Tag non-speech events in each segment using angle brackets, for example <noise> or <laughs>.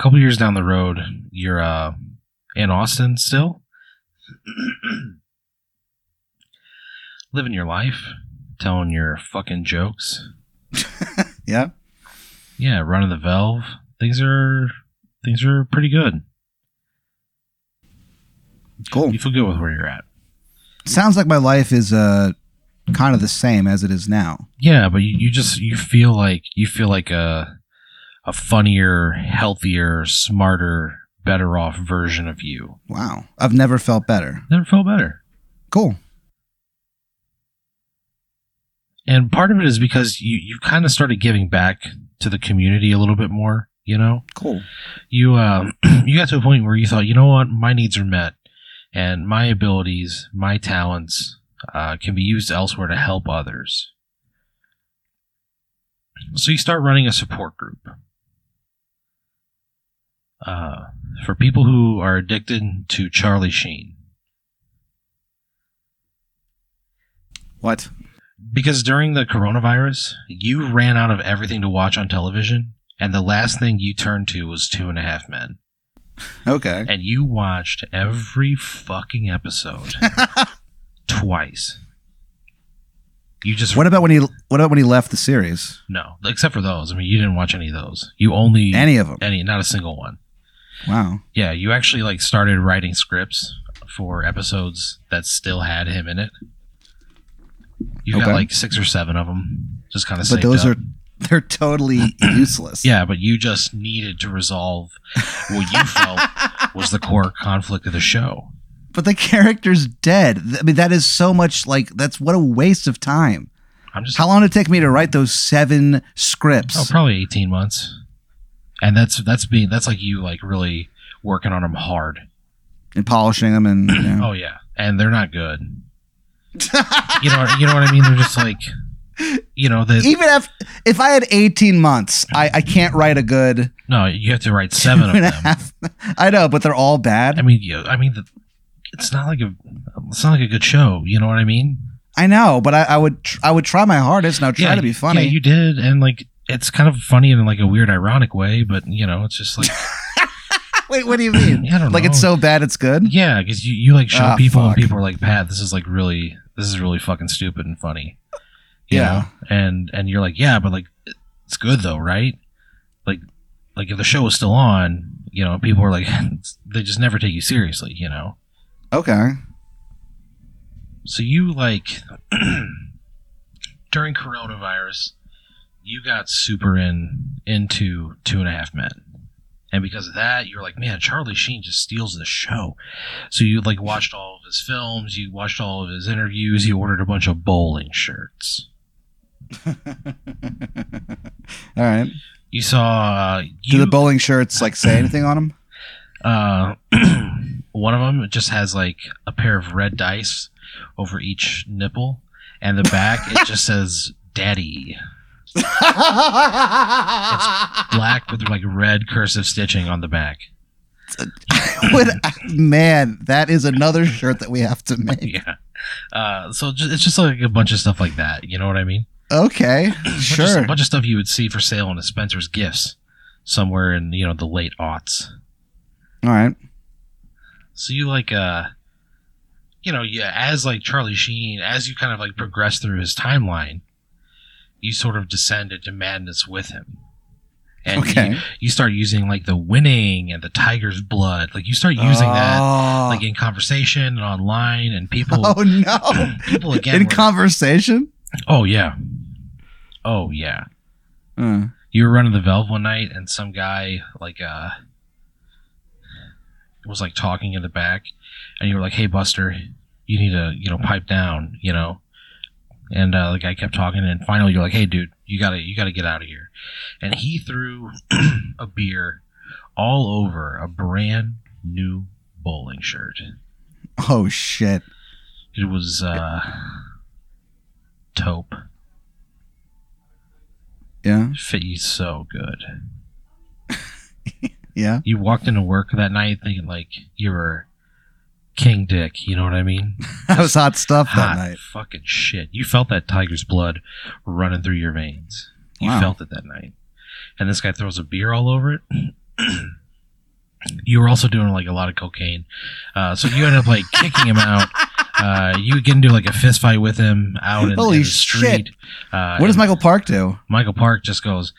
couple years down the road, you're uh, in Austin still, <clears throat> living your life, telling your fucking jokes. Yeah. Yeah, running the valve. Things are things are pretty good. Cool. You feel good with where you're at. Sounds like my life is uh kind of the same as it is now. Yeah, but you, you just you feel like you feel like a a funnier, healthier, smarter, better off version of you. Wow. I've never felt better. Never felt better. Cool. And part of it is because you you kind of started giving back to the community a little bit more. You know, Cool. you uh, <clears throat> you got to a point where you thought, you know what, my needs are met, and my abilities, my talents, uh, can be used elsewhere to help others. So you start running a support group uh, for people who are addicted to Charlie Sheen, What? because during the coronavirus, you ran out of everything to watch on television, and the last thing you turned to was Two and a Half Men. Okay. and you watched every fucking <laughs> episode twice. You just What about when he what about when he left the series? no, except for those. I mean, you didn't watch any of those. You only Any of them. any not a single one. Wow. Yeah, you actually like started writing scripts for episodes that still had him in it. You got Okay. like six or seven of them, just kind of. But those are <clears throat> they're totally useless. uh, <laughs> yeah, but you just needed to resolve what you felt was the core conflict of the show. But the character's dead. Th- I mean that is so much like that's what a waste of time. I'm just How long did it take me to write those seven Oh, scripts? probably eighteen months. And that's that's being that's like you like really working on them hard. and polishing them and you <clears throat> know. Oh yeah, and they're not good. you know you know what I mean? They're just like you know the <laughs> even if if I had 18 months, I, I can't write a good no you have to write seven of two and a them. half. I know, but they're all I bad. mean you, I mean the, it's not like a it's not like a good show. You know what I mean? I know, but I, I would tr- I would try my hardest and I would try to be funny. Yeah, you did, and like it's kind of funny in like a weird ironic way, but you know it's just like <laughs> Wait, what do you <clears throat> mean? I don't like know. it's so bad it's good? Yeah, because you, you like show Ah, people fuck. and people are like, Pat, this is like really this is really fucking stupid and funny. You Yeah. know? And and you're like, Yeah, but like it's good though, right? Like like if the show was still on, you know, people are like <laughs> they just never take you seriously, you know. Okay. <laughs> So you like <clears throat> during coronavirus, you got super in into two and a half men. And because of that, you're like, man, Charlie Sheen just steals the show. So you like watched all of his films, you watched all of his interviews, you ordered a bunch of bowling shirts. All right. You saw uh, Do you, the bowling shirts like say anything <laughs> on them? uh, <clears throat> one of them just has like a pair of red dice over each nipple, and the back it just says "Daddy." black with like red cursive stitching on the back. <laughs> <laughs> Would I- man, that is another shirt that we have to <laughs> make. Yeah. Uh, so ju- it's just like a bunch of stuff like that. You know what I mean? Okay, Bunch of- sure. bunch of stuff you would see for sale in a Spencer's Gifts somewhere in you know the late aughts. All right. So you like uh, you know, yeah, as like Charlie Sheen, as you kind of like progress through his timeline, you sort of descend into madness with him. And you- Okay. you, start using like the winning and the tiger's blood. Like you start using that Oh. like in conversation and online and people <laughs> Oh no! people <laughs> again In were- <laughs> conversation. oh yeah oh yeah Uh, you were running the valve one night and some guy like uh was like talking in the back and you were like hey buster you need to you know pipe down you know and uh, the guy kept talking and finally you're like hey dude you gotta you gotta get out of here and he threw <clears throat> a beer all over a brand new bowling shirt oh shit! it was uh taupe Yeah, fit you so good. yeah. <laughs> You walked into work that night thinking like you were King Dick, you know what I mean? That was hot stuff Hot that night. fucking shit. You felt that tiger's blood running through your veins. You Wow. felt it <clears throat> that night. And this guy throws a beer all over it. you were also doing like a lot of cocaine, uh, so you end up like kicking him <laughs> out. Uh, you get into like a fist fight with him out in, Holy in the street. shit. Uh, What does and Michael Park do? Michael Park just goes,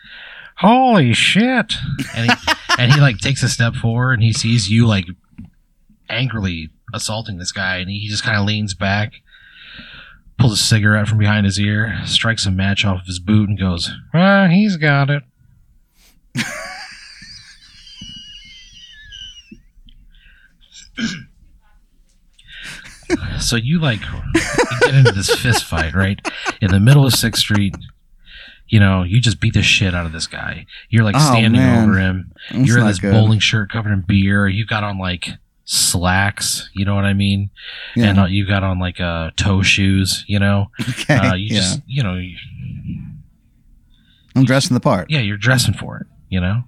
"Holy shit!" and he, and he like takes a step forward and he sees you like angrily assaulting this guy, and he just kind of leans back, pulls a cigarette from behind his ear, strikes a match off of his boot, and goes, "Well, he's got it." <laughs> so you like get into this fist fight right in the middle of Sixth Street. You know, you just beat the shit out of this guy. You're like Oh, standing man. over him It's you're in not this good. bowling shirt covered in beer. You got on like slacks, you know what I mean? Yeah. And uh, you got on like uh, toe shoes, you know? <laughs> okay. Uh, you yeah. just, you know, you, I'm dressing the part. yeah, you're dressing for it, you know?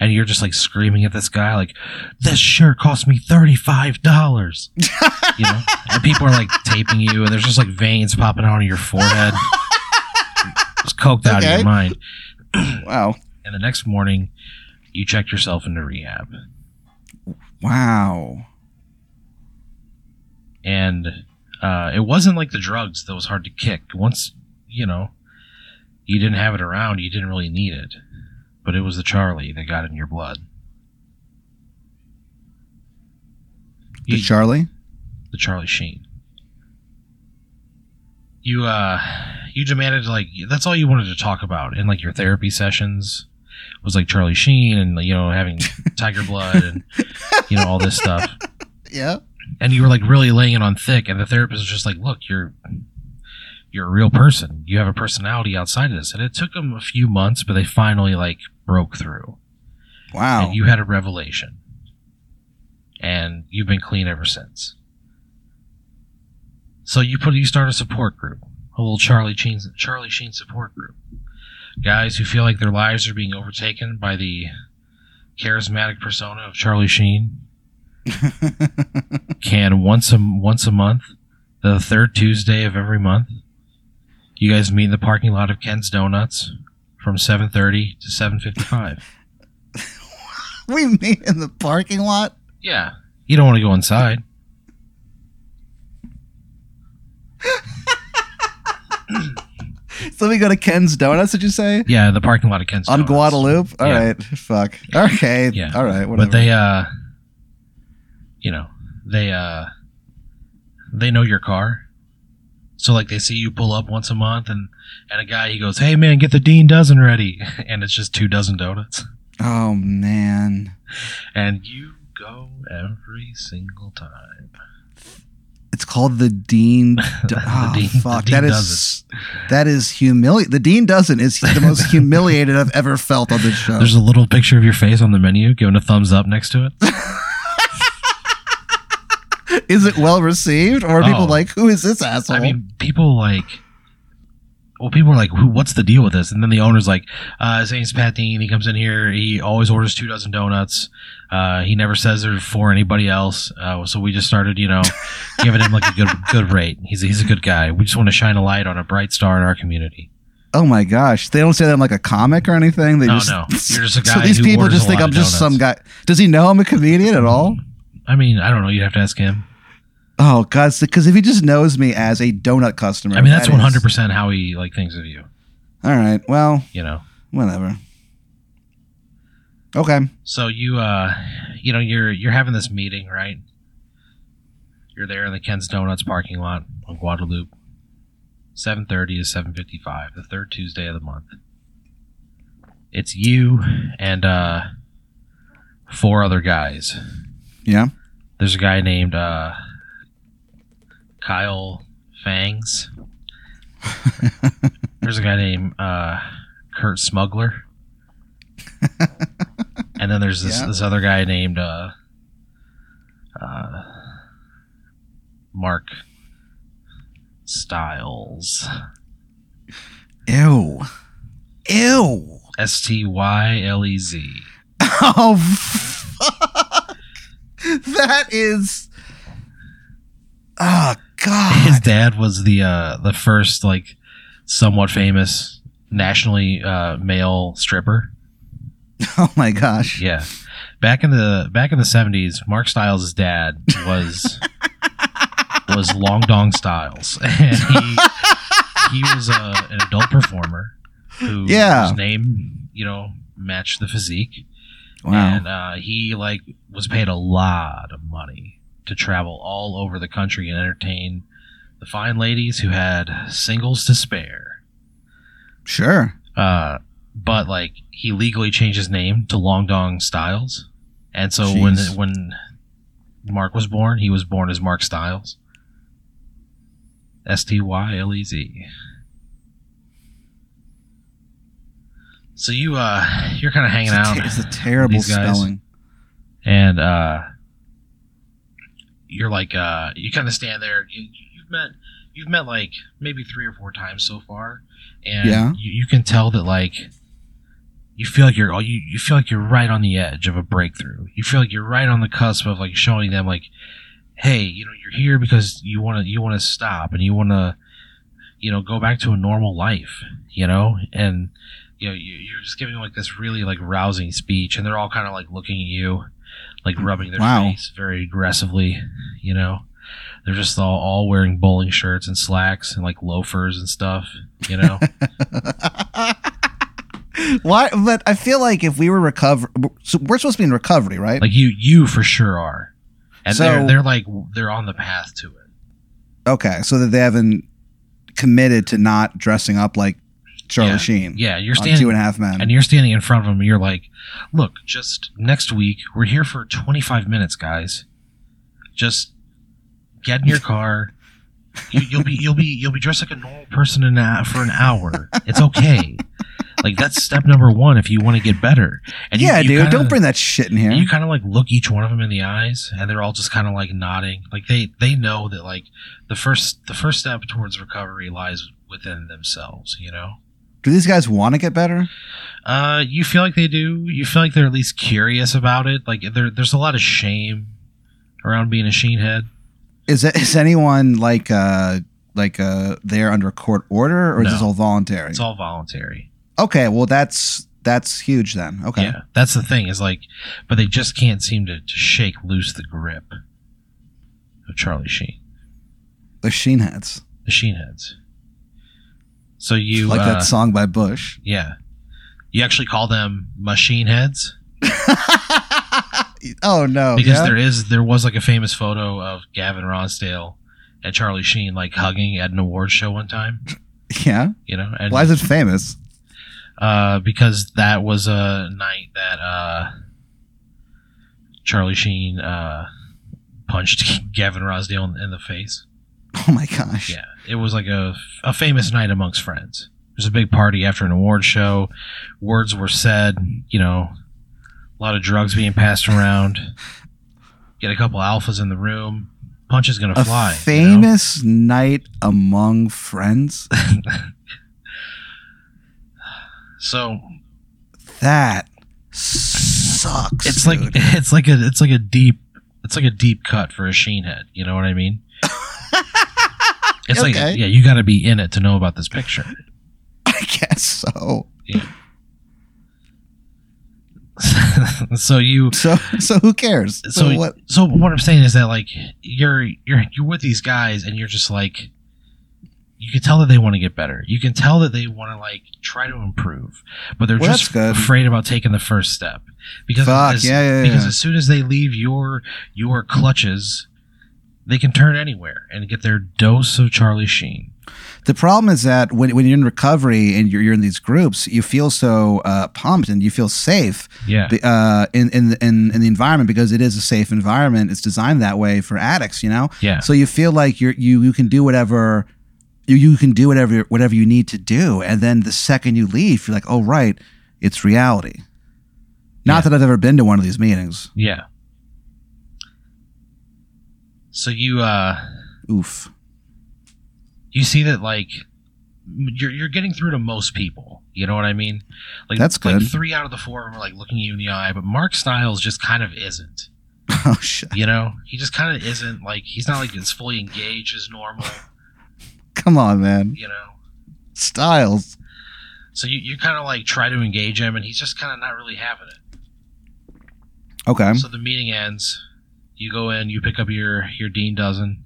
And you're just like screaming at this guy, like, this shirt cost me <laughs> $35. you know? And people are like taping you, and there's just like veins popping out of your <laughs> forehead. It's coked out of Okay. your mind. Wow. And the next morning, you check yourself into rehab. Wow. and uh, it wasn't like the drugs that was hard to kick. Once you know you didn't have it around, you didn't really need it. But it was the Charlie that got in your blood. The You- Charlie? the Charlie Sheen. You uh, you demanded like that's all you wanted to talk about in like your therapy sessions was like Charlie Sheen and you know having tiger blood and you know all this stuff Yeah. and you were like really laying it on thick and the therapist was just like look you're you're a real person you have a personality outside of this and it took them a few months but they finally like broke through Wow. and you had a revelation and you've been clean ever since so you put you start a support group a little charlie sheen charlie sheen support group guys who feel like their lives are being overtaken by the charismatic persona of charlie sheen can once a once a month, the third Tuesday of every month. You guys meet in the parking lot of Ken's Donuts from 7:30 to 7:55. <laughs> we meet in the parking lot. Yeah, you don't want to go inside. So we go to Ken's Donuts, did you say? Yeah, the parking lot of Ken's On Donuts. Guadalupe? All Yeah. right. Fuck. Okay. Yeah. All right. Whatever. But they uh you know, they uh they know your car. So like they see you pull up once a month and and a guy he goes, "Hey man, get the Dean dozen ready." <laughs> And it's just two dozen donuts. oh, man. And you go every single time. It's called the <laughs> Dean. Do- <laughs> The oh, Dean- the fuck. Dean that does is that is humiliating. The Dean doesn't is the <laughs> most humiliated I've ever felt on this show. There's a little picture of your face on the menu, giving a thumbs up next to it. is it well received, or are people Oh. like, "Who is this asshole?" I mean, people like, well, people are like, "Who- "What's the deal with this?" And then the owner's like, uh, "His name's Pat Dean. He comes in here. He always orders two dozen donuts. Uh, he never says they're for anybody else. Uh, so we just started, <laughs> you know, giving him like a good good rate. He's he's a good guy. We just want to shine a light on a bright star in our community. oh my gosh, they don't say that I'm like a comic or anything. They No, just <laughs> no. You're just a so guy these who people orders just a think lot I'm of just some donuts. Mm-hmm. guy. Does he know I'm a comedian at all? I mean, I don't know. You'd have to ask him. Oh god, because if he just knows me as a donut customer, I mean, that's that is- 100 percent how he like thinks of you. All right, well, You know. whatever. Okay. So you uh you know you're you're having this meeting, right? You're there in the Ken's Donuts parking lot on Guadalupe. 7:30 to 7:55, the third Tuesday of the month. It's you and uh four other guys. Yeah. There's a guy named uh Kyle <laughs> Fangs. There's a guy named uh Kurt <laughs> Smuggler. and then there's this, Yeah. this other guy named uh, uh, Mark Styles. Ew. Ew. <laughs> S T Y L E Z. Oh, fuck. That is. Oh, <laughs> His God. dad was the uh, the first like somewhat famous nationally uh, male stripper. Oh, my gosh. Yeah. back in the back in the seventies, Mark Styles' dad was was Long Dong Styles, <laughs> and he he was a, an adult performer who Yeah. whose name you know matched the physique, Wow. and uh, he like was paid a lot of money to travel all over the country and entertain the fine ladies who had singles to spare. Sure. Uh, but like he legally changed his name to Long Dong Styles, and so when Jeez. when Mark was born, he was born as Mark Styles. S T Y L E Z. So you uh you're kind of hanging It's a, out, ter- it's a terrible these guys. spelling. <laughs> and uh you're like uh you kind of stand there. You, you've met you've met like maybe three or four times so far, and Yeah. you, you can tell that like you feel like you're you, you feel like you're right on the edge of a breakthrough. You feel like you're right on the cusp of like showing them like, hey, you know, you're here because you want to you want to stop and you want to, you know, go back to a normal life, you know, and you know you, you're just giving like this really like rousing speech, and they're all kind of like looking at you, like rubbing their Wow. face very aggressively, you know. They're just all, all wearing bowling shirts and slacks and like loafers and stuff, you <laughs> know. Why? But I feel like if we were recover, so we're supposed to be in recovery, right? like you you for sure are and So- they're they're like they're on the path to it okay, so that they haven't committed to not dressing up like Charlie Sheen. yeah you're on Two standing and a Half Men. and you're standing in front of them and you're like look just next week we're here for 25 minutes guys just get in your car you, you'll be you'll be you'll be dressed like a normal person in a, for an hour it's okay like that's step number one if you want to get better and you- yeah, you dude, kinda- don't bring that shit in here. And you kind of like look each one of them in the eyes, and they're all just kind of like nodding, like they they know that like the first the first step towards recovery lies within themselves. You know, Do these guys want to get better? uh, you feel like they do. You feel like they're at least curious about it. Like there there's a lot of shame around being a sheen head. Is it, is anyone like uh like uh there under a court order, or is No. this all voluntary? It's all voluntary. okay, well that's that's huge then. Okay, Yeah, that's the thing is like, but they just can't seem to, to shake loose the grip of Charlie Sheen, the Sheen hats, the Sheen heads. So you like uh, that song by Bush. Yeah. You actually call them machine heads <laughs> oh no! because yeah? there is there was like a famous photo of Gavin Ronsdale and Charlie Sheen like hugging at an awards show one time, yeah. you know, and Why is it famous? uh, because that was a night that uh, Charlie Sheen uh, punched <laughs> Gavin Ronsdale in, in the face. Oh my gosh! Yeah, it was like a, a famous night amongst friends. There's a big party after an award show. Words were said, you know, a lot of drugs being passed around. Get a couple alphas in the room. Punch is going to a fly. you know? famous night among friends. So That sucks. it's like dude. <laughs> <laughs> it's like a it's like a deep it's like a deep cut for a sheen head. You know what I <laughs> mean? It's Okay. like yeah, you got to be in it to know about this picture. <laughs> I guess so. so you So so who cares? So, So- what? so what I'm saying is that like you're you're you're with these guys and you're just like you can tell that they want to get better. You can tell that they want to like try to improve, but they're Well, just that's good. afraid about taking the first step because Fuck as, yeah yeah because yeah. as soon as they leave your your clutches, they can turn anywhere and get their dose of Charlie Sheen. The problem is that when, when you're in recovery and you're, you're in these groups, you feel so uh, pumped and you feel safe Yeah, be- uh, in, in, in, in the environment because it is a safe environment. It's designed that way for addicts, you know? yeah, So you feel like you're, you, you can do whatever you, you can do whatever, whatever you need to do. And then the second you leave, you're like, oh, right, it's reality. Not Yeah. that I've ever been to one of these meetings. yeah. So you uh Oof. <laughs> you see that like m- you're you're getting through to most people. You know what I mean? Like That's Like good. three out of the four of them are like looking you in the eye, but Mark Styles just kind of isn't. Oh, shit. You know, he just kind of isn't. Like he's not like as fully engaged as normal. Come on, man. You know. Styles. So you, you kind of like try to engage him, and he's just kind of not really having it. Okay. So the meeting ends. You go in. You pick up your your dean dozen.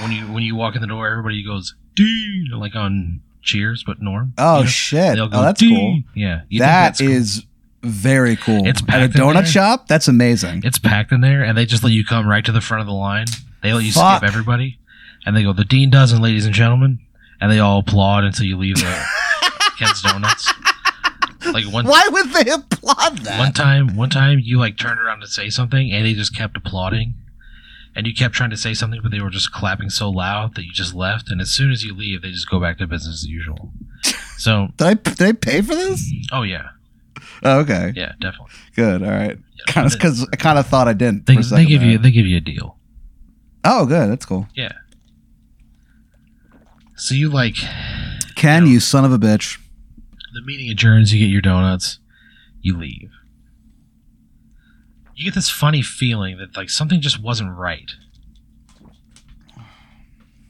When you when you walk in the door, everybody goes dean like on Cheers, but Norm. Oh you know? shit! They'll Oh, go, that's "Dean." cool. Yeah, you think That cool? is very cool. It's at a packed in donut there. shop. That's amazing. It's packed in there, and they just let you come right to the front of the line. They let you Fuck. skip everybody, and they go, "The dean doesn't, ladies and gentlemen," and they all applaud until you leave <laughs> the Ken's Donuts. Like one Why would they applaud that? one time, one time you like turned around to say something, and they just kept applauding, and you kept trying to say something, but they were just clapping so loud that you just left. And as soon as you leave, they just go back to business as <laughs> usual. So, Did I did I pay for this? oh yeah, Oh, okay, yeah, definitely. good. All right, <laughs> Yeah. kind of because I kind of thought I didn't. They, for a they second give you there. they give you a deal. Oh, good. That's cool. So you like Ken, No. you son of a bitch. the meeting adjourns, you get your donuts, you leave. You get this funny feeling that like something just wasn't right.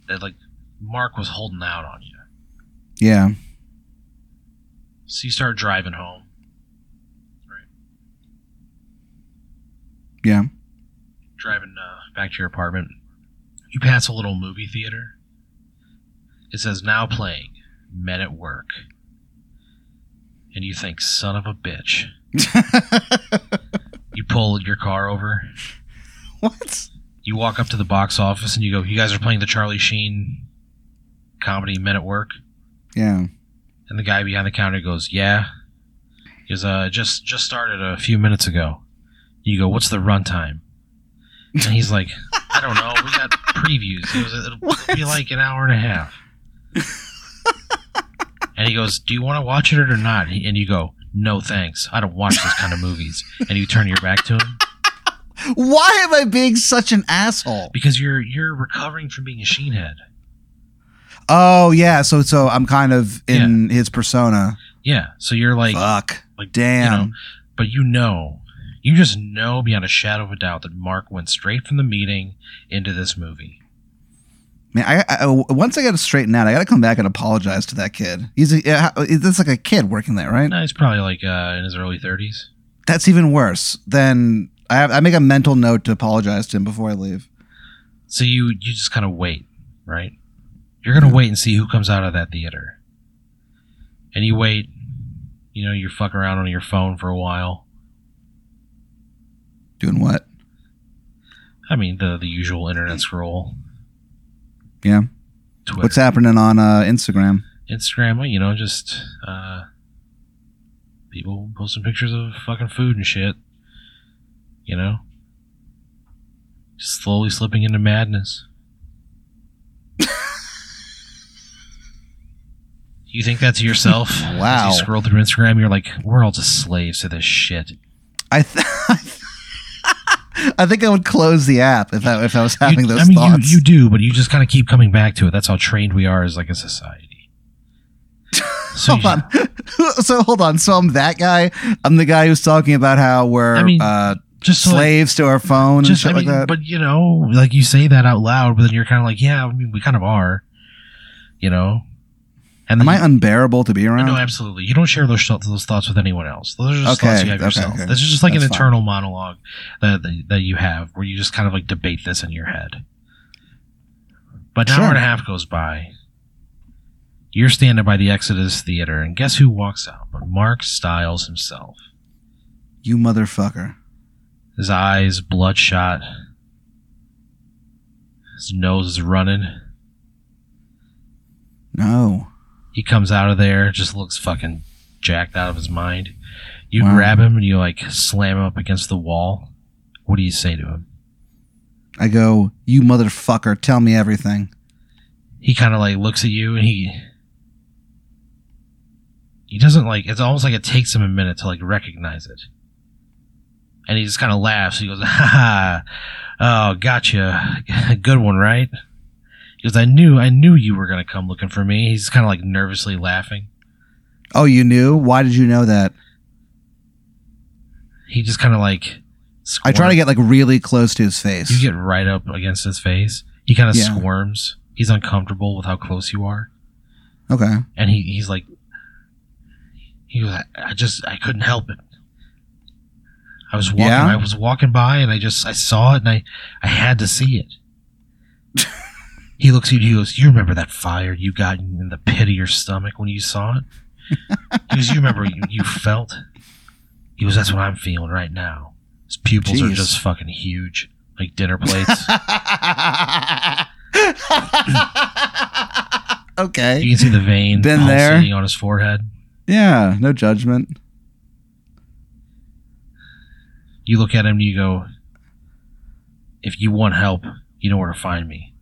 That like Mark was holding out on you. Yeah. So you start driving home. Yeah. driving uh, back to your apartment, you pass a little movie theater. It says now playing Men at Work. And you think, son of a bitch. You pull your car over. <laughs> what? You walk up to the box office and you go, You guys are playing the Charlie Sheen comedy Men at Work? Yeah. And the guy behind the counter goes, Yeah. He goes, uh, it just just started a few minutes ago. You go, What's the runtime? And he's like, I don't know. We got previews. He goes, It'll What? be like an hour and a half. and he goes, Do you want to watch it or not? And you go, No, thanks. I don't watch those kind of movies. And you turn your back to him Why am I being such an asshole? because you're you're recovering from being a sheen head. Oh yeah. So so I'm kind of in his persona. Yeah. So you're like, Fuck. like, Damn. you know, but you know, you just know beyond a shadow of a doubt that Mark went straight from the meeting into this movie. Man, I, I- I- once I got it straightened out, I got to come back and apologize to that kid. He's a, yeah, how- that's like a kid working there, right? Now he's probably like uh, in his early 30s. That's even worse than I, have, I make a mental note to apologize to him before I leave. So you you just kind of wait, right? You're gonna wait and see who comes out of that theater. And you wait. You know, you fuck around on your phone for a while. Doing what? I mean, the the usual internet scroll. Yeah. Twitter, What's happening on uh, Instagram? Instagram, well, you know, just uh, people posting pictures of fucking food and shit. You know? Just slowly slipping into <laughs> madness. you think that to yourself? Wow. As you scroll through Instagram, you're like, we're all just slaves to this shit. I, th- <laughs> I think I would close the app if I, if I was having You- those I mean, thoughts. You, you do, but you just kind of keep coming back to it. That's how trained we are as like a <laughs> society. So <laughs> hold you- on. <laughs> so hold on. So I'm that guy. I'm the guy who's talking about how we're I mean, uh, Just so, like, slaves to our phone and just shit I mean, like that. but you know, like you say that out loud, but then you're kind of like, yeah, I mean, we kind of are, you know. And Am then I unbearable to be you, around? no, absolutely. You don't share those thoughts, those thoughts with anyone else. Those are just Okay, thoughts you have okay, yourself. okay. This is just like an That's fine. internal monologue that, that that you have, where you just kind of like debate this in your head. But an Sure. hour and a half goes by. You're standing by the Exodus Theater, and guess who walks out? But Mark Stiles himself. you motherfucker. His eyes bloodshot. His nose is running. No. He comes out of there, just looks fucking jacked out of his mind. You Wow. grab him and you like slam him up against the wall. What do you say to him? I go, you motherfucker, tell me everything. He kind of like looks at you and he he doesn't like. It's almost like it takes him a minute to like recognize it. And he just kind of laughs. He goes, <laughs> "Ha ha! Oh, gotcha. <laughs> Good one, right?" He goes, "I knew, I knew you were gonna come looking for me." He's kind of like nervously laughing. Oh, you knew? Why did you know that? He just kind of like. I try squirms. to get like really close to his face. You get right up against his face. He kind of Yeah. squirms. He's uncomfortable with how close you are, okay. and he, he's like, he was. I, I just I couldn't help it. I was walking. Yeah? I was walking by, and I just I saw it, and I I had to see <laughs> it. he looks at you. He goes, "You remember that fire you got in the pit of your stomach when you saw <laughs> it?" he goes, "You remember what you, you felt?" He goes, "That's what I'm feeling right now. His pupils are Jeez. just fucking huge, like dinner <laughs> plates. <laughs> you okay. can see the vein Been pulsating there. on his forehead. Yeah, no judgment. You look at him, and you go, "If you want help, you know where to find me."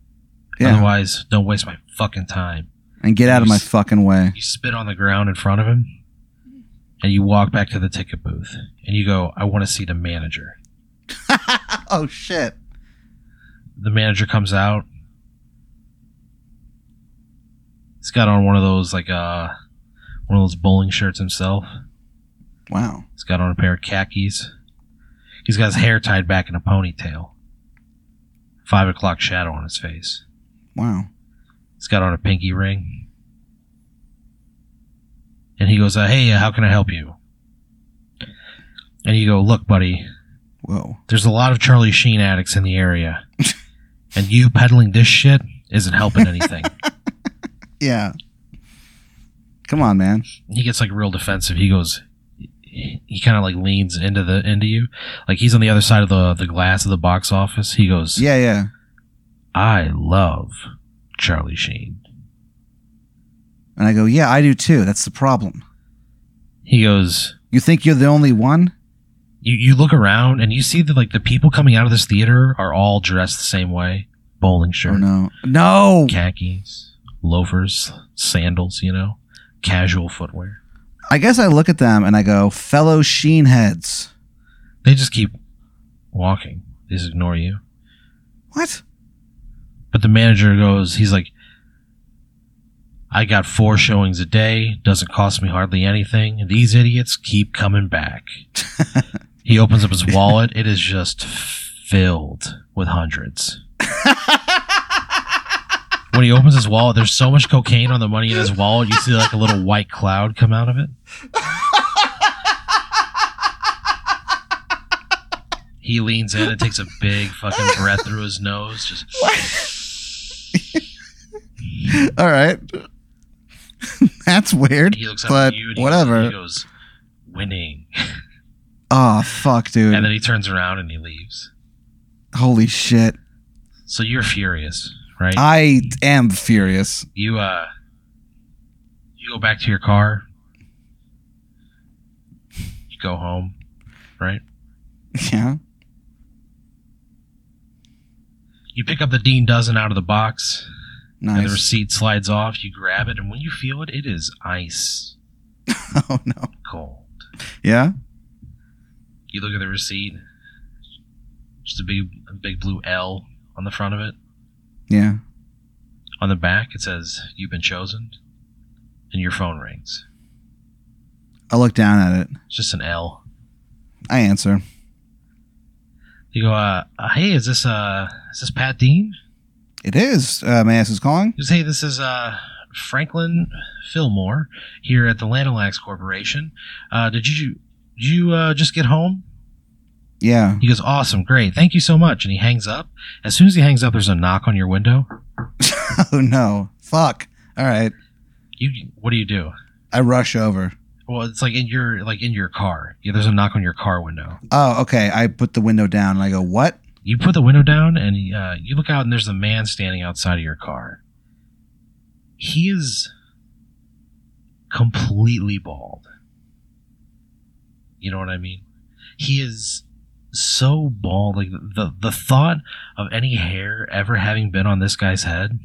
Yeah. Otherwise, don't waste my fucking time. and get out of my fucking way. <laughs> You spit on the ground in front of him, and you walk back to the ticket booth, and you go, I want to see the manager. oh shit. The manager comes out. He's got on one of those, like, uh, one of those bowling shirts himself. Wow. He's got on a pair of khakis. He's got his hair tied back in a ponytail. Five o'clock shadow on his face. Wow. He's got on a pinky ring. And he goes, uh, Hey, uh, how can I help you? And you go, Look, buddy, Whoa. there's a lot of Charlie Sheen addicts in the area. and you peddling this shit isn't helping anything. Yeah. Come on, man. he gets like real defensive. He goes, he kind of like leans into the into you, like he's on the other side of the the glass of the box office. He goes, Yeah, yeah. I love Charlie Sheen. And I go, yeah, I do too. That's the problem. He goes, You think you're the only one? you, you look around and you see that like the people coming out of this theater are all dressed the same way bowling shirt Oh no. No. khakis loafers sandals you know casual footwear I guess I look at them and I go, fellow Sheen heads. they just keep walking they just ignore you What? but the manager goes he's like i got four showings a day doesn't cost me hardly anything these idiots keep coming back he opens up his wallet it is just filled with hundreds when he opens his wallet, there's so much cocaine on the money in his wallet. You see like a little white cloud come out of it. He leans in and takes a big fucking breath through his nose. Just <laughs> All right. <laughs> That's weird. he looks up But at you and he whatever. Goes, he goes, "Winning," Oh fuck, dude. and then he turns around and he leaves. Holy shit. So you're furious, right? I am furious. <laughs> you uh, you go back to your car. You go home, right? Yeah. You pick up the Dean dozen out of the box. and the Nice. receipt slides off. You grab it, and when you feel it, it is ice <laughs> Oh no. cold. Yeah. You look at the receipt, just a big, a big blue L on the front of it. Yeah. On the back, it says, "You've been chosen," and your phone rings. I look down at it. It's just an L. I answer. You go, uh, uh, "Hey, is this uh, is this Pat Dean?" It is. Uh, my ass is calling. He goes, "Hey, this is uh." Franklin Fillmore here at the Lanolax Corporation. Uh, did you did you uh, just get home? Yeah. <laughs> He goes, Awesome, great, thank you so much. And he hangs up. As soon as he hangs up, there's a knock on your window. Oh no. Fuck. All right. You what do you do? I rush over. Well, it's like in your like in your car. Yeah, there's a knock on your car window. Oh, okay. I put the window down and I go, "What?" You put the window down and uh, you look out, and there's a man standing outside of your car. He is completely bald. You know what I mean? He is so bald. Like the the thought of any hair ever having been on this guy's head,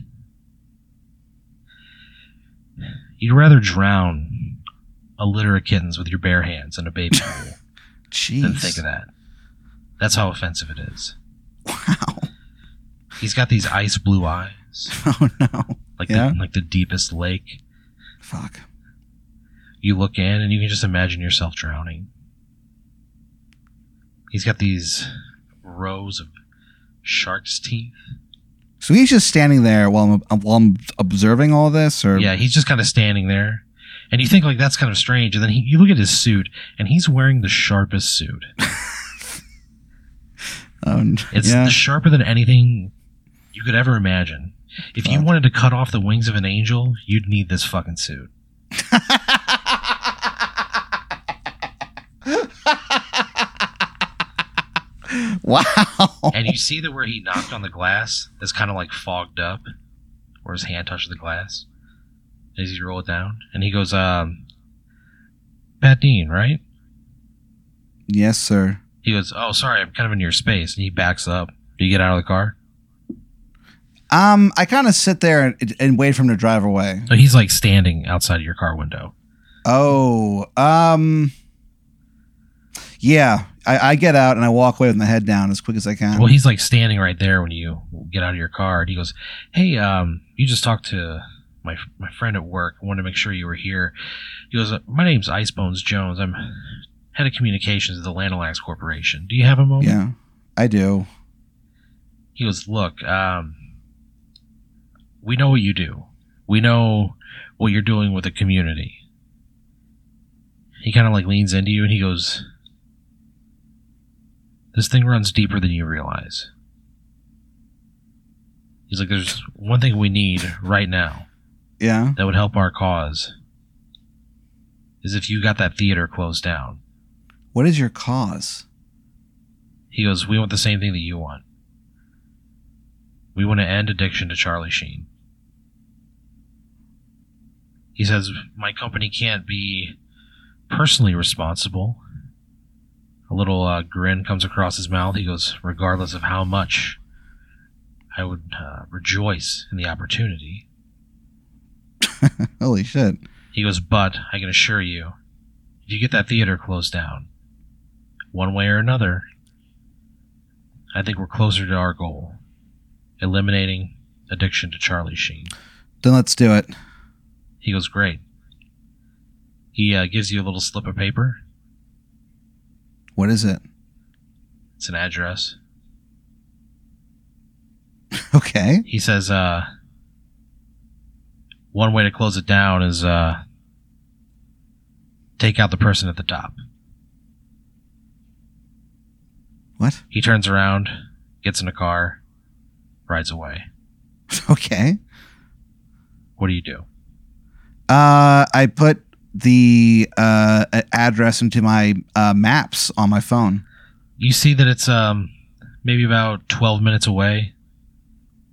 you'd rather drown a litter of kittens with your bare hands in a baby pool than think Jeez. of that. That's how offensive it is. Wow. He's got these ice blue eyes, <laughs> Oh no. like Yeah. the, like the deepest lake. Fuck. You look in and you can just imagine yourself drowning. He's got these rows of shark's teeth. So he's just standing there while I'm uh, while I'm observing all this, or Yeah, he's just kind of standing there. And you think like that's kind of strange, and then he, you look at his suit, and he's wearing the sharpest suit. Um, <laughs> It's yeah. sharper than anything you could ever imagine. If you Fuck. wanted to cut off the wings of an angel, you'd need this fucking <laughs> suit. <laughs> wow. And you see that where he knocked on the glass, that's kind of like fogged up, where his hand touched the glass as he rolled down. And he goes, um, Pat Dean, right? Yes, sir. He goes, Oh, sorry, I'm kind of in your space. And he backs up. Do you get out of the car? Um, I kind of sit there and, and wait for him to drive away. No, he's like standing outside of your car window. Oh, um, yeah. I, I get out and I walk away with my head down as quick as I can. Well, he's like standing right there when you get out of your car, and he goes, "Hey, um, you just talked to my my friend at work. I wanted to make sure you were here." He goes, "My name's Icebones Jones. I'm head of communications at the Lanolax Corporation. Do you have a moment?" yeah, I do. He goes, "Look, um, we know what you do. We know what you're doing with the community." He kind of like leans into you, and he goes, "This thing runs deeper than you realize." He's like, there's one thing we need right now Yeah. that would help our cause is if you got that theater closed down. What is your cause? He goes, We want the same thing that you want. We want to end addiction to Charlie Sheen. He says, My company can't be personally responsible. A little uh, grin comes across his mouth. He goes, Regardless of how much I would uh, rejoice in the opportunity. Holy shit. He goes, But I can assure you, if you get that theater closed down, one way or another, I think we're closer to our goal eliminating addiction to Charlie Sheen. Then let's do it. He goes, Great. He uh, gives you a little slip of paper. What is it? <laughs> It's an address. Okay. He says, uh, One way to close it down is uh, take out the person at the top. What? <laughs> He turns around, gets in a car, rides away. Okay. What do you do? Uh, I put the uh, a- address into my uh, maps on my phone. you see that it's um maybe about 12 minutes away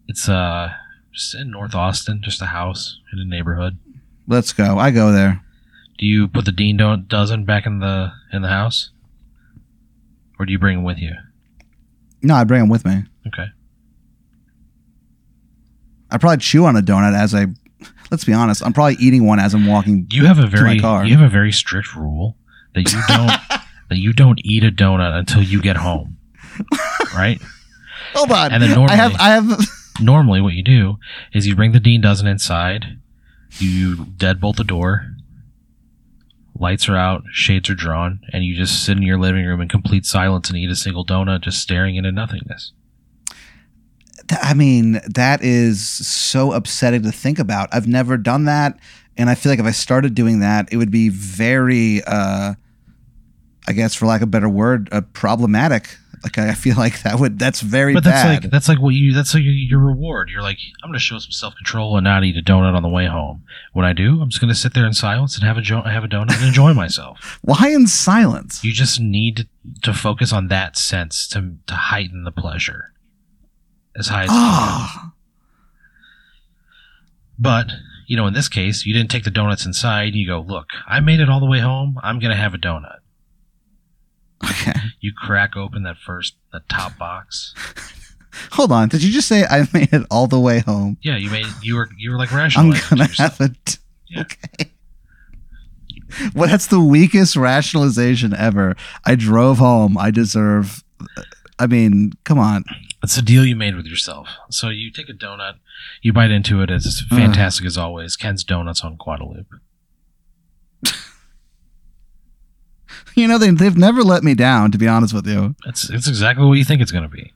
it's uh just in north austin just a house in a neighborhood Let's go. I go there. do you put the dean do- dozen back in the in the house or do you bring him with you No, I bring them with me. okay I probably chew on a donut as I. <laughs> Let's be honest. I'm probably eating one as I'm walking. you have a very car. you have a very strict rule that you don't that you don't eat a donut until you get home right Hold on. And then Oh, I have. normally- I have. normally what you do is you bring the dean dozen inside, you deadbolt the door, lights are out, shades are drawn, and you just sit in your living room in complete silence and eat a single donut, just staring into nothingness. th- I mean, that is so upsetting to think about. I've never done that, and I feel like if I started doing that, it would be very, uh, I guess, for lack of a better word, uh, problematic. Like I I feel like that would that's very But that's bad. like that's like what you that's like your, your reward. You're like, I'm gonna show some self control and not eat a donut on the way home. When I do, I'm just gonna sit there in silence and have a jo- have a donut and enjoy myself. Why in silence? You just need to focus on that sense to to heighten the pleasure as <gasps> high as Ah, But, you know, in this case, you didn't take the donuts inside. You go, look, I made it all the way home. I'm going to have a donut. okay. You crack open that first, the top box. Hold on. Did you just say I made it all the way home? Yeah, you made, you were, you were like I'm rationalizing. gonna to yourself. have it. Yeah. Okay. Well, that's the weakest rationalization ever. I drove home. I deserve. uh, I mean, come on. It's a deal you made with yourself. So you take a donut, you bite into it. It's Mm. fantastic as always. Ken's Donuts on Guadalupe. You know, they, they've never let me down, to be honest with you. It's, it's exactly what you think it's going to be.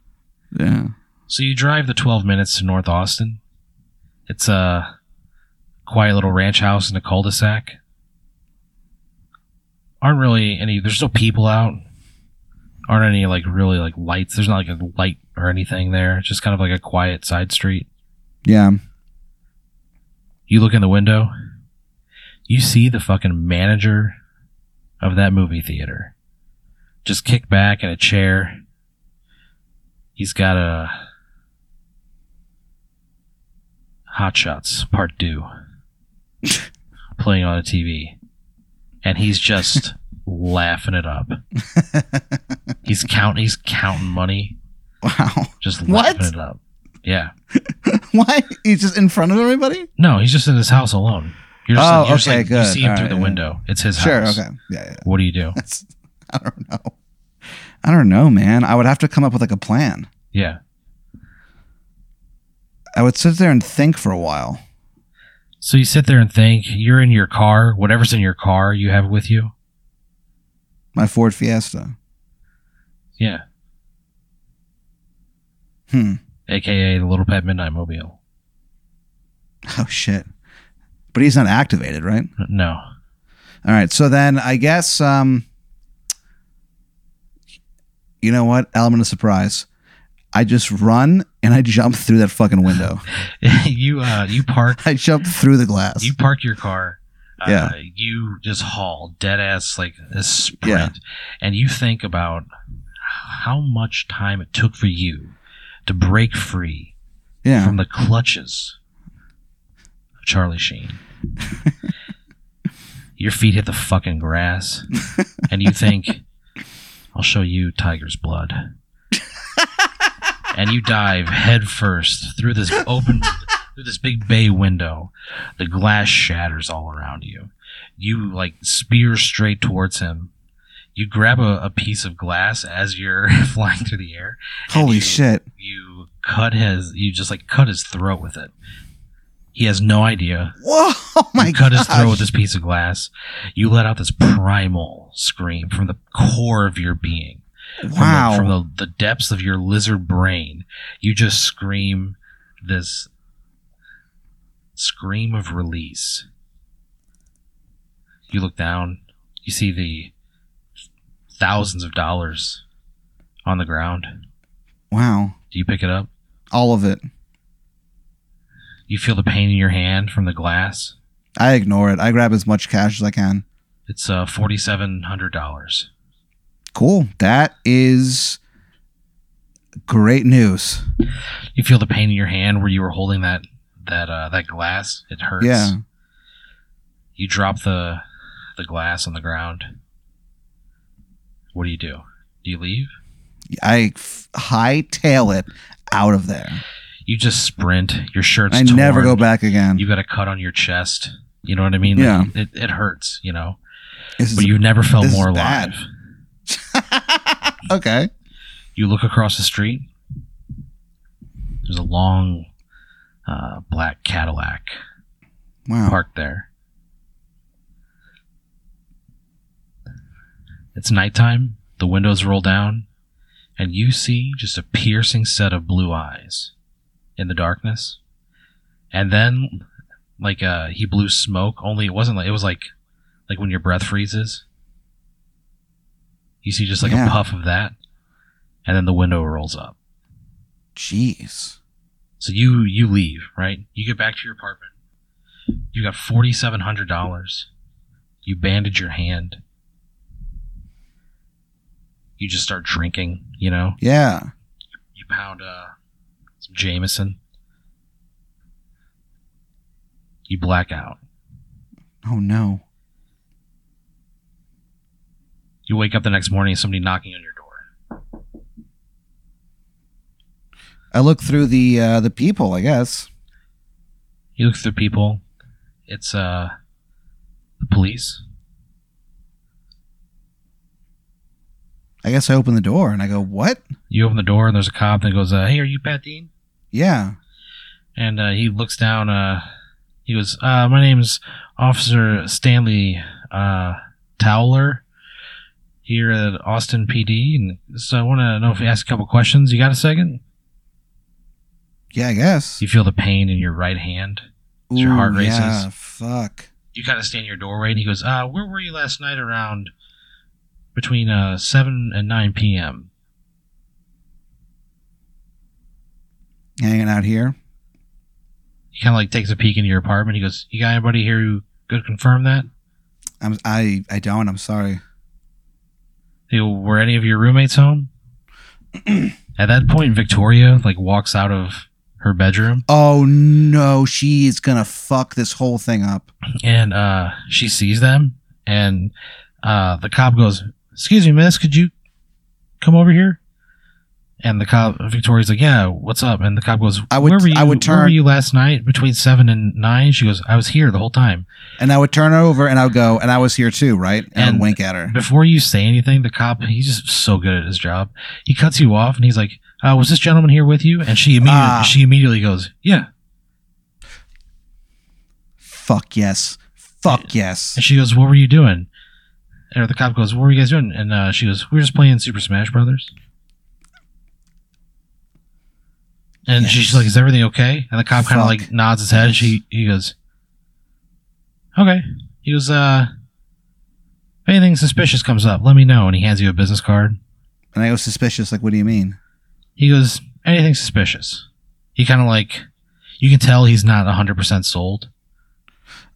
Yeah. So you drive the 12 minutes to North Austin. It's a quiet little ranch house in a cul-de-sac. Aren't really any. There's no people out. aren't any like really like lights. There's not like a light or anything there. It's just kind of like a quiet side street. <laughs> Yeah. You look in the window, you see the fucking manager of that movie theater just kick back in a chair. He's got a Hot Shots Part <laughs> 2 playing on a TV. And he's <laughs> just laughing it up. He's counting he's counting money, wow. <laughs> just What? laughing it up. Yeah. Why? He's just in front of everybody? No, he's just in his house alone. You're just, Oh, you're just okay, like, You good. see him All through right, the yeah. window. It's his Sure. house. Okay. Yeah, yeah. What do you do? That's, I don't know. I don't know, man. I would have to come up with like a plan. Yeah. I would sit there and think for a while. So you sit there and think, you're in your car, whatever's in your car you have with you. My Ford Fiesta. Yeah. Hmm. AKA the Little Pet Midnight Mobile. Oh shit. But he's not activated, right? No. <laughs> All right. So then I guess um you know what? Element of surprise. I just run and I jump through that fucking window. you uh you park <laughs> I jump through the glass. you park your car. Uh, Yeah. You just haul dead ass like a sprint Yeah. and you think about how much time it took for you to break free yeah. from the clutches of Charlie Sheen. Your feet hit the fucking grass, and you think, I'll show you tiger's blood. and you dive headfirst through this open, through this big bay window. The glass shatters all around you. You like spear straight towards him. You grab a, a piece of glass as you're <laughs> flying through the air, Holy you- shit. you cut his you just like cut his throat with it he has no idea Whoa. <laughs> Oh my you cut his throat gosh. with this piece of glass you let out this primal scream from the core of your being from, Wow. the, from the, the depths of your lizard brain you just scream this scream of release you look down you see the thousands of dollars on the ground wow. do you pick it up All of it. You feel the pain in your hand from the glass. I ignore it. I grab as much cash as I can. It's uh, forty-seven hundred dollars. Cool. That is great news. You feel the pain in your hand where you were holding that that uh, that glass. It hurts. Yeah. You drop the the glass on the ground. What do you do? Do you leave? I f- hightail it out of there. You just sprint. Your shirt's. I never go torn. back again. You got a cut on your chest. You know what I mean? Yeah. Like, it, it hurts. You know, This but is- you never felt this is more alive. bad. <laughs> okay. You look across the street. There's a long uh, black Cadillac Wow. parked there. It's nighttime, the windows roll down, and you see just a piercing set of blue eyes in the darkness. And then like uh he blew smoke, only it wasn't like it was like like when your breath freezes. You see just like Yeah. a puff of that, and then the window rolls up. Jeez. So you you leave, right? You get back to your apartment. You got forty seven hundred dollars. You bandage your hand. You just start drinking, you know. Yeah. You pound uh, some Jameson. You black out. Oh no. You wake up the next morning, somebody knocking on your door. I look through the uh, the people. I guess. You look through people. It's uh the police. I guess I open the door and I go, "What? You open the door and there's a cop that goes, uh, "Hey, are you Pat Dean?" Yeah. and uh, he looks down. Uh, he goes, uh, "My name's Officer Stanley uh, Towler here at Austin PD, and so I want to know if you ask a couple questions. You got a second? Yeah. I guess." You feel the pain in your right hand. Ooh, your heart races. Yeah. Fuck. You kind of stand in your doorway, and he goes, uh, "Where were you last night around?" between uh, 7 and 9 p.m. Hanging out here. He kind of like takes a peek into your apartment. He goes, "You got anybody here who could confirm that?" I'm, I I don't. I'm sorry. He go, "Were any of your roommates <clears throat> home?" At that point, Victoria like walks out of her bedroom Oh no, she is gonna fuck this whole thing up. and uh, she sees them. And uh, the cop goes, "Excuse me, miss, could you come over here?" And the cop Victoria's like, "Yeah, what's up?" And the cop goes, I would- "Where were you? I would Where were turn- you last night between seven and 9? She goes, "I was here the whole time." And I would turn her over and I would go, and I was here too, right? And, I And- would wink at her. before you say anything, the cop, he's just so good at his job. He cuts you off and he's like, uh, was this gentleman here with you? And she immediately, Ah. she immediately goes, yeah. Fuck yes. Fuck yes. And she goes, what were you doing? Or the cop goes, what were you guys doing? And uh, she goes, we were just playing Super Smash Brothers. And Yes. she's like, is everything okay? And the cop kind of Fuck. like nods his head. Yes. She, he goes, okay. He goes, uh, if anything suspicious comes up, let me know. And he hands you a business card. And I was suspicious, like, what do you mean? He goes, anything suspicious. He kind of like, you can tell he's not 100% sold,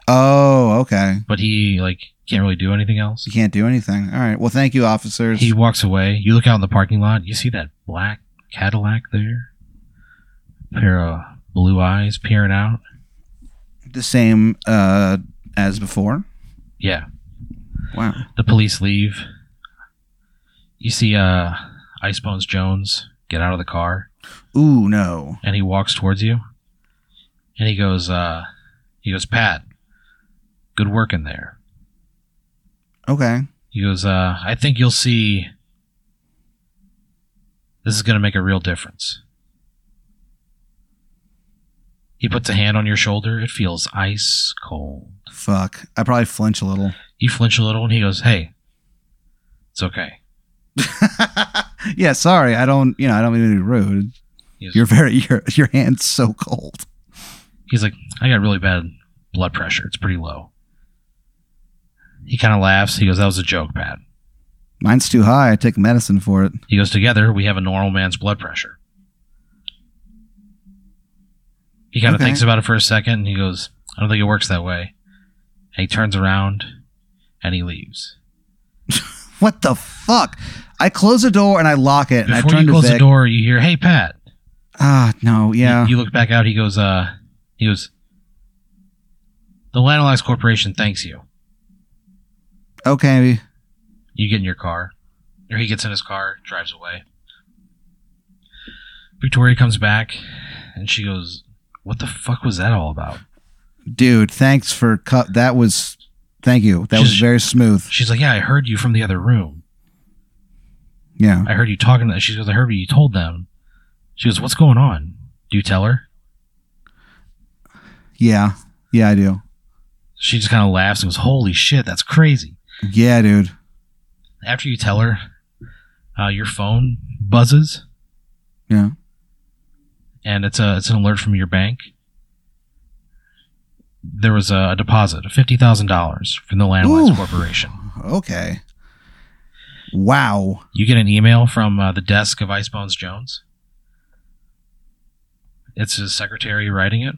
Oh, okay. but he like can't really do anything else. You can't do anything. All right. Well, thank you, officers. He walks away. You look out in the parking lot. You see that black Cadillac there? Pair of blue eyes peering out. the same uh, as before. Yeah. Wow. The police leave. You see uh, Ice Bones Jones get out of the car. Ooh, no. and he walks towards you and he goes uh he goes pat good work in there Okay. he goes uh i think you'll see this is going to make a real difference he puts a hand on your shoulder it feels ice cold Fuck. I probably flinch a little. you flinch a little and he goes hey it's okay <laughs> yeah, sorry. I don't, you know, I don't mean to be rude. He goes- You're very, <laughs> your your hand's so cold. He's like, I got really bad blood pressure. It's pretty low. He kind of laughs. He goes, That was a joke, Pat. Mine's too high. I take medicine for it. He goes, Together, we have a normal man's blood pressure. He kind of Okay. thinks about it for a second and he goes, I don't think it works that way. And he turns around and he leaves. What the fuck? I close the door and I lock it and I Before turn you close to Vic. the door, you hear, Hey, Pat. Ah, no, You- yeah. You, look back out. He goes, uh, He goes, The Lanolax Corporation thanks you. okay. You get in your car, or he gets in his car, drives away. Victoria comes back, and she goes, "What the fuck was that all about?" Dude, thanks for cut. That was, thank you. That was Just- very smooth. She's like, "Yeah, I heard you from the other room. Yeah. I heard you talking." to She goes, "I heard what you told them." She goes, "What's going on? Do you tell her?" Yeah. Yeah, I do. She just kind of laughs and goes, "Holy shit, that's crazy." Yeah, dude. After you tell her, uh, your phone buzzes. Yeah. and it's a it's an alert from your bank. There was a, a deposit of fifty thousand dollars from the Landlines Ooh. Corporation. Okay. Wow. You get an email from uh, the desk of Icebones Jones. It's his secretary writing it,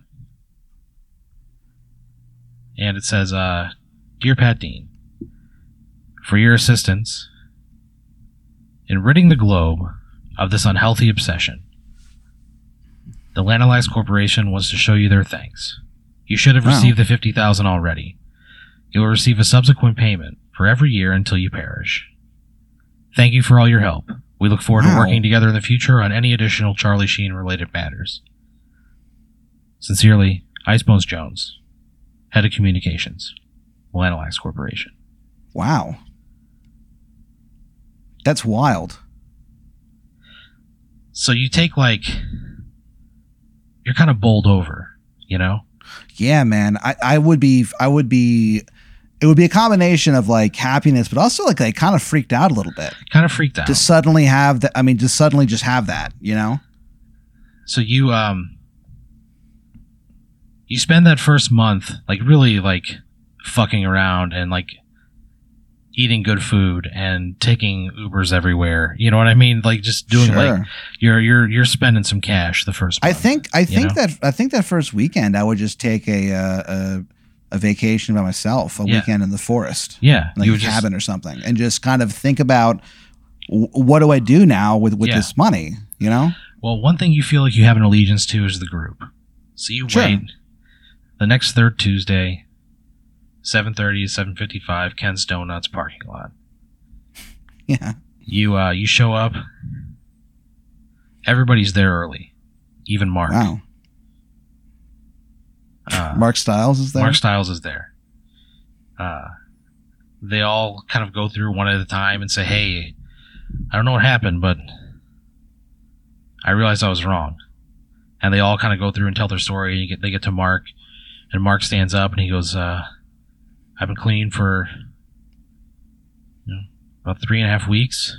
and it says, uh, "Dear Pat Dean, for your assistance in ridding the globe of this unhealthy obsession, the Lanolax Corporation wants to show you their thanks. You should have Wow. received the fifty thousand already. You will receive a subsequent payment for every year until you perish." Thank you for all your help. We look forward to Wow. working together in the future on any additional Charlie Sheen related matters. Sincerely, Icebones Jones, Head of Communications, Lanolax Corporation. Wow. That's wild. So you take like you're kind of bowled over, you know? Yeah, man. I, I would be I would be it would be a combination of like happiness, but also like I kind of freaked out a little bit Kind of freaked out. to suddenly have that. I mean, to suddenly just have that, you know? so you um you spend that first month like really like fucking around and like eating good food and taking Ubers everywhere. You know what I mean? Like just doing like Sure. you're you're you're spending some cash the first. I Month. think I you think know? that I think that first weekend I would just take a uh, a, a vacation by myself, a Yeah. weekend in the forest, yeah, like you a would just- cabin or something, and just kind of think about w- what do I do now with with Yeah. this money, you know? Well, one thing you feel like you have an allegiance to is the group. So you Sure. wait. The next third Tuesday, 7:30 to 7:55 Ken's Donuts parking lot. Yeah, You uh you show up. Everybody's there early. Even Mark. wow. Uh, Mark Stiles is there. Mark Stiles is there. Uh, they all kind of go through one at a time and say, "Hey, I don't know what happened, but I realized I was wrong." And they all kind of go through and tell their story. And you get, they get to Mark, and Mark stands up and he goes, uh, "I've been clean for you know, about three and a half weeks.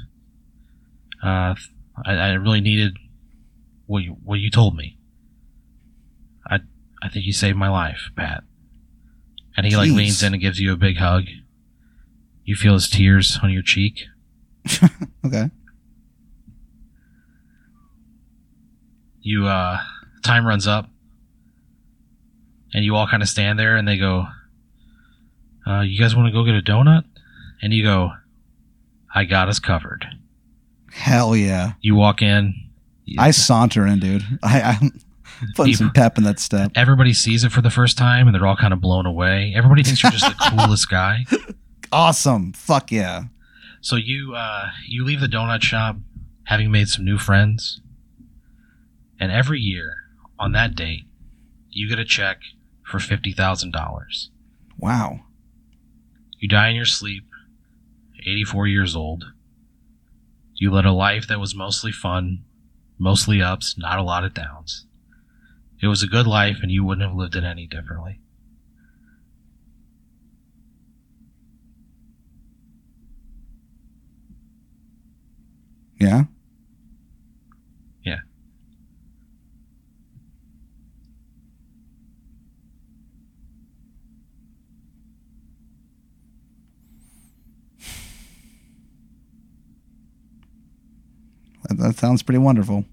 Uh, I, I really needed what you, what you told me. I I think you saved my life, Pat." And he like Jeez. leans in and gives you a big hug. You feel his tears on your cheek. okay. you uh time runs up and you all kind of stand there and they go uh, you guys want to go get a donut and you go i got us covered Hell yeah. you walk in I saunter in, dude. <laughs> I, I'm putting some pep in that step. everybody sees it for the first time and they're all kind of blown away everybody thinks you're just the coolest guy Awesome. Fuck yeah. So you uh, you leave the donut shop having made some new friends, and every year on that date, you get a check for fifty thousand dollars. Wow. You die in your sleep, eighty four years old. You led a life that was mostly fun, mostly ups, not a lot of downs. It was a good life, and you wouldn't have lived it any differently. Yeah. Yeah. That, that sounds pretty wonderful.